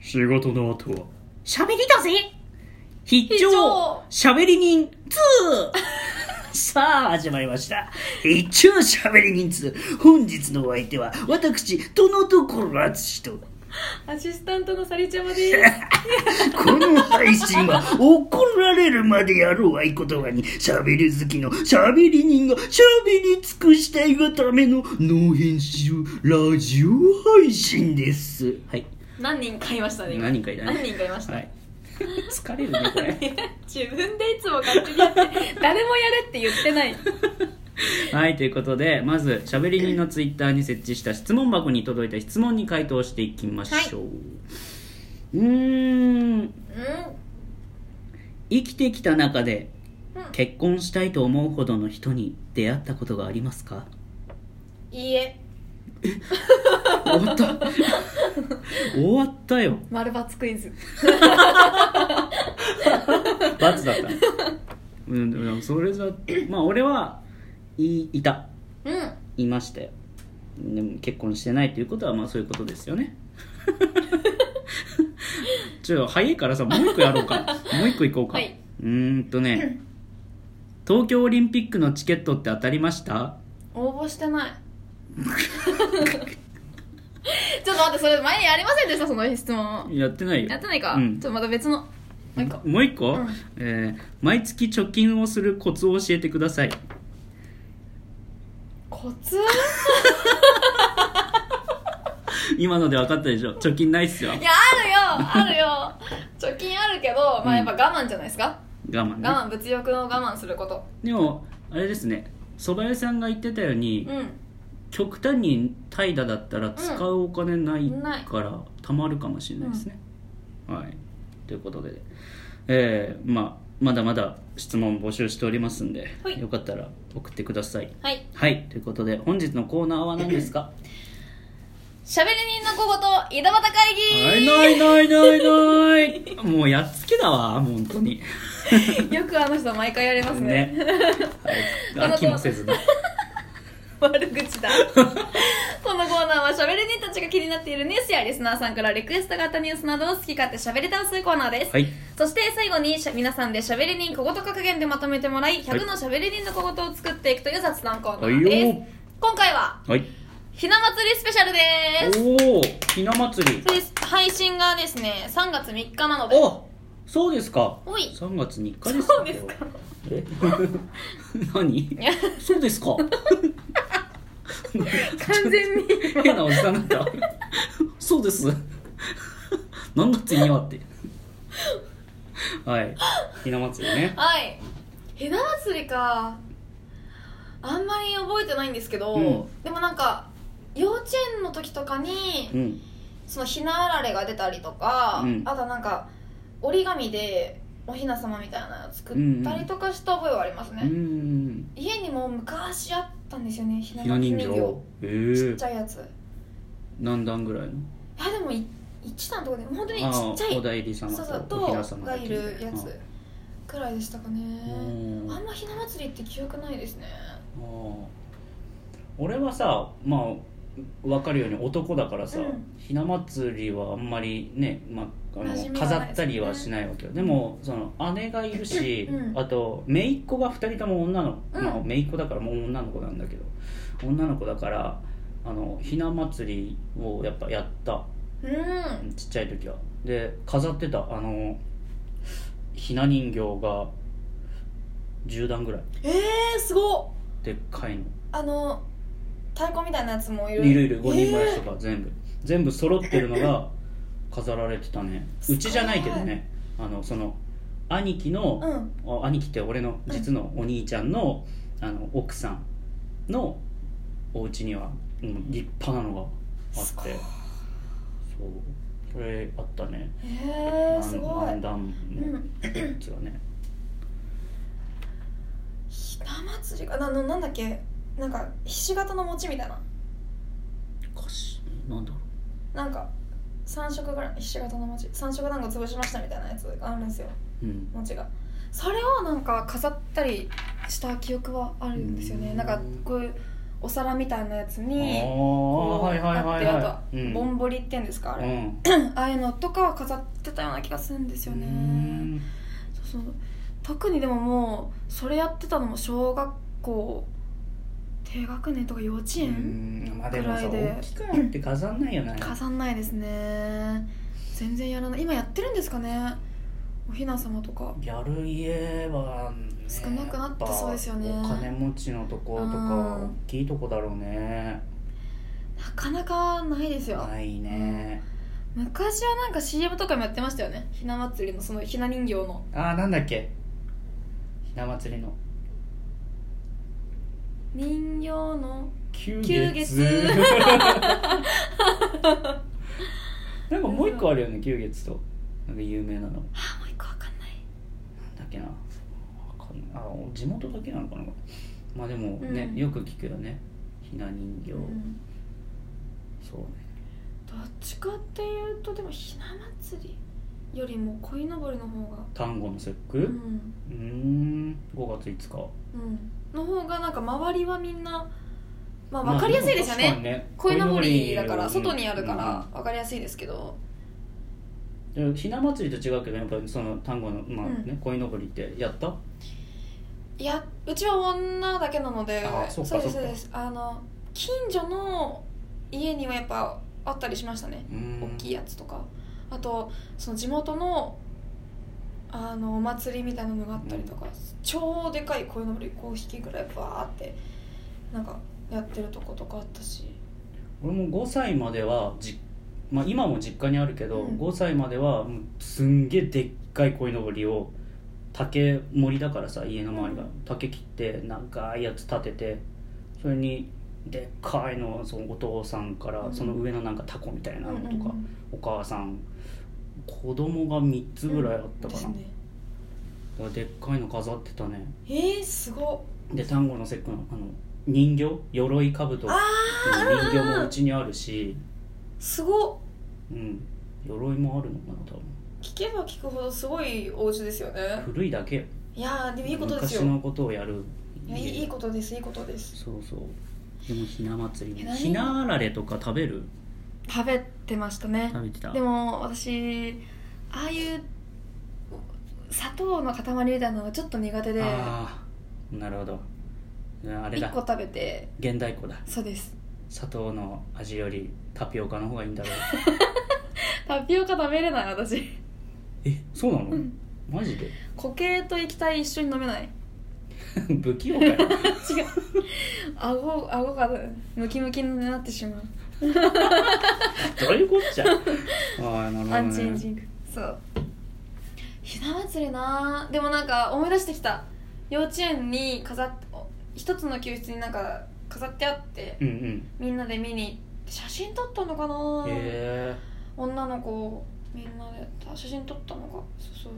仕事の後は喋りだぜ必聴喋り人2さあ始まりました必聴喋り人2本日のお相手は私殿所淳とアシスタントのさりちゃま です。この配信は怒られるまでやろう合言葉に喋り好きの喋り人が喋り尽くしたいがための脳編集ラジオ配信ですはい何人買いましたね。今何人かいたね何人買いました。はい疲れるねこれ 自分でいつも勝手にやって、誰もやれって言ってない。はいということでまずしゃべり人のツイッターに設置した質問箱に届いた質問に回答していきましょう、うーんう生きてきた中でうん結婚したいと思うほどの人に出会ったことがあります かん、いいえ、終わった終わったよ丸バツクイズ。罰 だったうんでもそれじゃまあ俺はいいたうん、いましたよでも結婚してないということはまあそういうことですよ ねちょっと早いからさもう一個やろうかもう一個行こうか、はういーんとね東京オリンピックのチケットって当たりました応募して ない。ちょっと待って、それ前にやりませんでした、その質問。やってないよやってないか。うんちょっとまた別の。もう一個。もう一個、うんえー毎月貯金をするコツを教えてくださいコツ 今ので分かったでしょ貯金ないっすよいや、あるよ、あるよ。貯金あるけど、まあやっぱ我慢じゃないですか。我慢ね我慢、物欲の我慢すること。でもあれですね蕎麦屋さんが言ってたように、うん。極端に怠惰だったら使うお金ないから貯まるかもしれないですね、はいということで、えーまあ、まだまだ質問募集しておりますんで、はいよかったら送ってくださいはい。はいということで本日のコーナーは何です か喋り人の小言井戸端会な議いないないないないもうやっつけだわ本当によくあの人毎回やりますねね、 はい、飽きもせずね悪口だ このコーナーは喋り人たちが気になっているニュースやリスナーさんからリクエストがあったニュースなどを好き勝手喋り倒すコーナーです、はいそして最後にしゃ皆さんで喋り人小言格言でまとめてもらい100の喋り人の小言を作っていくという雑談コーナはいーです、よ今回ははいひな祭りスペシャルですおおひな祭りそうです配信がですね3月3日なのであそうですかおい3月3日ですそうですかえ 何いやそうですか完全に変なおじさんだったそうです何月にはってはいひな祭りねはいひな祭りかあんまり覚えてないんですけど、うんでもなんか幼稚園の時とかにうんそのひなあられが出たりとか、うんあとなんか折り紙でおひな様みたいなの作ったりとかした覚えはありますね、うん家にも昔あったんですよねひなひな人人形形ええちっちゃいやつい何段ぐらいのやでもい一段とかで本当にちああっちゃいお代理様そうそうとおひなと様がいるやあつくらいでしたかあねーあんまひな祭りって記憶ないですねあー俺はさまあ分かるように男だからさ、うんひな祭りはあんまりね、まあ、あ馴染みのがない飾ったりはしないわけよでもその姉がいるし、うんあと姪っ子が2人とも女の子、うんまあ、姪っ子だからもう女の子なんだけど女の子だからあのひな祭りをやっぱやったうんちっちゃい時はで飾ってたあのひな人形が10段ぐらいええすごっでっかいのあの太鼓みたいなやつもいるいるいる5人前とか全部、全部揃ってるのが飾られてたねすうごいちじゃないけどねあのその兄貴のえ、ーうんあ兄貴って俺の実のお兄ちゃんの,、あの奥さんのお家には、うん、立派なのがあすっごていそうそれあったねえー、すごい何段のやつがね、ひな祭りかなあのなんだっけなんかひし形の餅みたいなおかしいなんだろうなんか三色ぐらいひし形の餅三色団子潰しましたみたいなやつがあるんですようん餅がそれをなんか飾ったりした記憶はあるんですよねうんなんかこういうお皿みたいなやつあにあこうはいはいはいあってあはというんぼんぼりっていうんですかあうれ、んああいうのとかは飾ってたような気がするんですよね、うんそうそう特にでももうそれやってたのも小学校低学年とか幼稚う園んまあでもさくらいで大きくなって飾んないよね飾んないですね全然やらない今やってるんですかねおひな様とかやる家は、ね、少なくなってそうですよねやっぱお金持ちのとことかうん大きいとこだろうねなかなかないですよ、ないね昔はなんか CM とかもやってましたよねひな祭りのそのひな人形のあーなんだっけひな祭りの人形の九九月 なんかもう一個あるよね九月となんか有名なのなんだあもう一個わかんないっけなわかんないあ地元だけなのかなまあでもね、うんよく聞くよねひな人形、うんそうねどっちかっていうとでもひな祭りよりも鯉のぼりの方が端午の節句ううんーん5月5日うんの方がなんか周りはみんなまあ分かりやすいですよまあでも確かねにね鯉のぼりだから鯉のぼ外りにあるから分かりやすいですけどうんうんでひな祭りと違うけどやっぱりその単語のまあね、うん鯉のぼりってやったいやうちは女だけなのであそっかうですそそっうかですあの近所の家にはやっぱあったりしましたね大きいいやつとかあとその地元のあのお祭りみたいなのがあったりとか、超でかい鯉のぼり5匹ぐらいバーってなんかやってるとことかあったし俺も5歳まではじ、まあ、今も実家にあるけど、うん5歳まではもうすんげえでっかい鯉のぼりを竹森だからさ家の周りが、うん竹切って長いやつ立ててそれにでっかいのをそのお父さんから、うんその上のなんかタコみたいなのとか、うんうんうんお母さん子供が3つぐらいあったかですな、ねだからでっかいの飾ってたねえー、すごで端午の節句のあの人形鎧兜とあ人形もうちにあるしすごうん鎧もあるのかな多聞けば聞くほどすごいお家ですよね分古いだけよいやーでもいいことですよ昔のことをやるいやいいいいことですいいことですそうそうでもひな祭りねえ何ひなあられとか食べる食べてましたね食べてたでも私ああいう砂糖の塊みたいなのがちょっと苦手でああなるほどあれ1個だ食べて現代子だそうです砂糖の味よりタピオカの方がいいんだろうタピオカ食べれない私えそうなの、うんマジで 固形と液体一緒に飲めない不器 用かよ違う顎顎がムキムキになってしまうどういうこっ ちゃああなるほど、ね、アンチエンジングそうひな祭りなでもなんか思い出してきた幼稚園に飾っお一つの教室になんか飾ってあってうんうんみんなで見に行って写真撮ったのかなへ女の子みんなで写真撮ったのかそうそう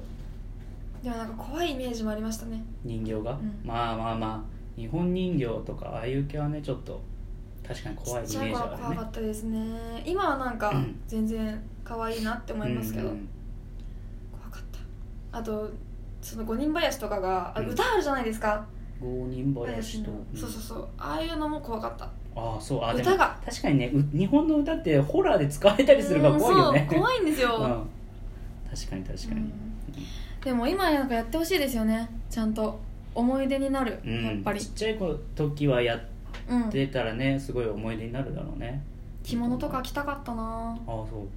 でもなんか怖いイメージもありましたねえ人形が、んまあまあまあ日本人形とかああいう系はねちょっと確かに怖いイメちっちゃいージ頃あはる怖ねかったですね今はなんかうん全然可愛いなって思いますけど、うん怖かったあとその五人林とかがあうん歌あるじゃないですか、うん、五人林林とのそうそううそうああいうのも怖かったああそうあで歌もが確かにねう日本の歌ってホラーで使われたりするから怖いよねうんそう怖いんですよ、うん、確かに確かうに、んでも今なんかやってほしいですよねちゃんと思い出になる、うんやっぱりちっちゃい子時はやっうんてたらねすごい思い出になるだろうね着物とか着たかったなああそ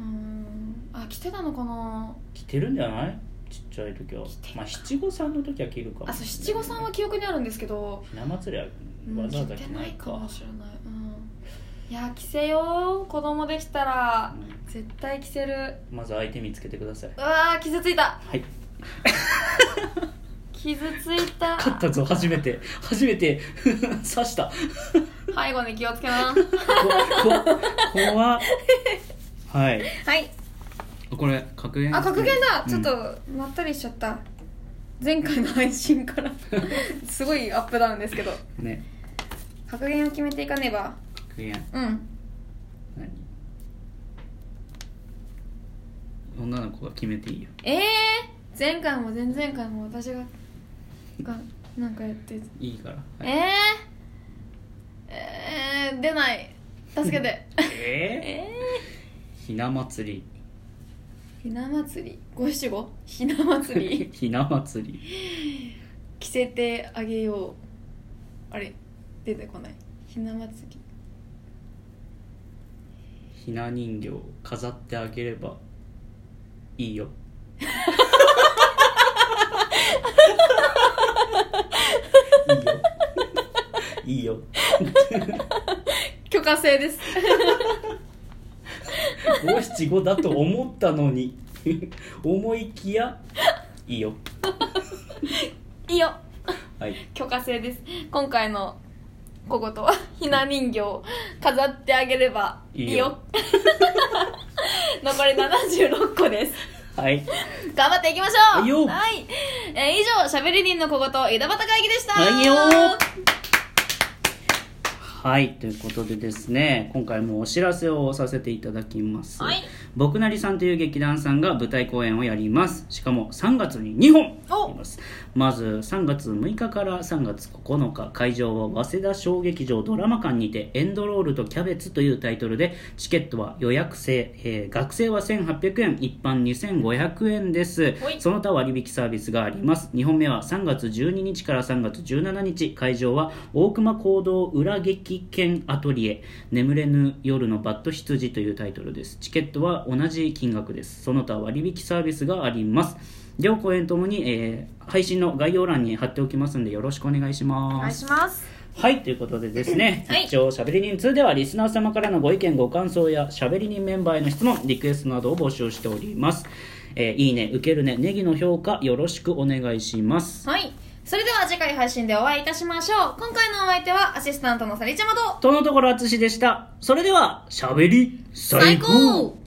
ううーんあ着てたのかな着てるんじゃないちっちゃい時は着てるかまあ七五三の時は着るかもあそう七五三は記憶にあるんですけど、ひな祭りはうんわざわ着ざ着てなないいかか、もしれない、うん、いや着せよう子供できたらう絶対着せるんまず相手見つけてくださいうわー傷ついたはい傷つい た勝ったぞ初めて初めて 刺した背後に気をつけなこわ怖っはいはいこれ格言あ格言だうんちょっとまったりしちゃった前回の配 信からすごいアップダウンですけどね格言を決めていかねば格言うん何女の子が決めていいよええー、前回も前々回も私ががなんかやっていいから、はいえー、え出ない助けてえ えー、ひな祭りーひな祭り五七五ひな祭 りひな祭り着せてあげようあれ出てこないひな祭りひな人形飾ってあげればいいよいいよ許可制です五七五だと思ったのに思いきやいいよ いいよはい許可制です今回の小言 はひな人形を飾ってあげればいいよいいよ 残り76個ですはい頑張っていきましょうはいよはいえー以上しゃべり人の小言井田端会議でしたはいよはいということでですね今回もお知らせをさせていただきます、はい僕なりさんという劇団さんが舞台公演をやりますしかも3月に2本おやりますまず3月6日から3月9日会場は早稲田小劇場ドラマ館にて「エンドロールとキャベツ」というタイトルでチケットは予約制、えー学生は1800円一般2500円ですほいその他割引サービスがあります2本目は3月12日から3月17日会場は大熊行動裏劇研アトリエ「眠れぬ夜のバッド羊」というタイトルですチケットは同じ金額ですその他割引サービスがあります両公演ともに、えー配信の概要欄に貼っておきますのでよろしくお願いしますお願いしますはい、ということでです ね、はい一応、しゃべり人2では、リスナー様からのご意見、ご感想や、しゃべり人メンバーへの質問、リクエストなどを募集しております。えーいいね、受けるね、ネギの評価、よろしくお願いします。はいそれでは次回配信でお会いいたしましょう今回のお相手はアシスタントのさりちゃまととのところ、あつしでした。それでは、しゃべり、最高